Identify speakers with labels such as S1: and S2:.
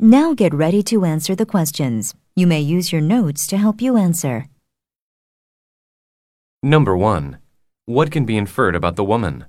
S1: Now get ready to answer the questions. You may use your notes to help you answer.
S2: Number 1. What can be inferred about the woman?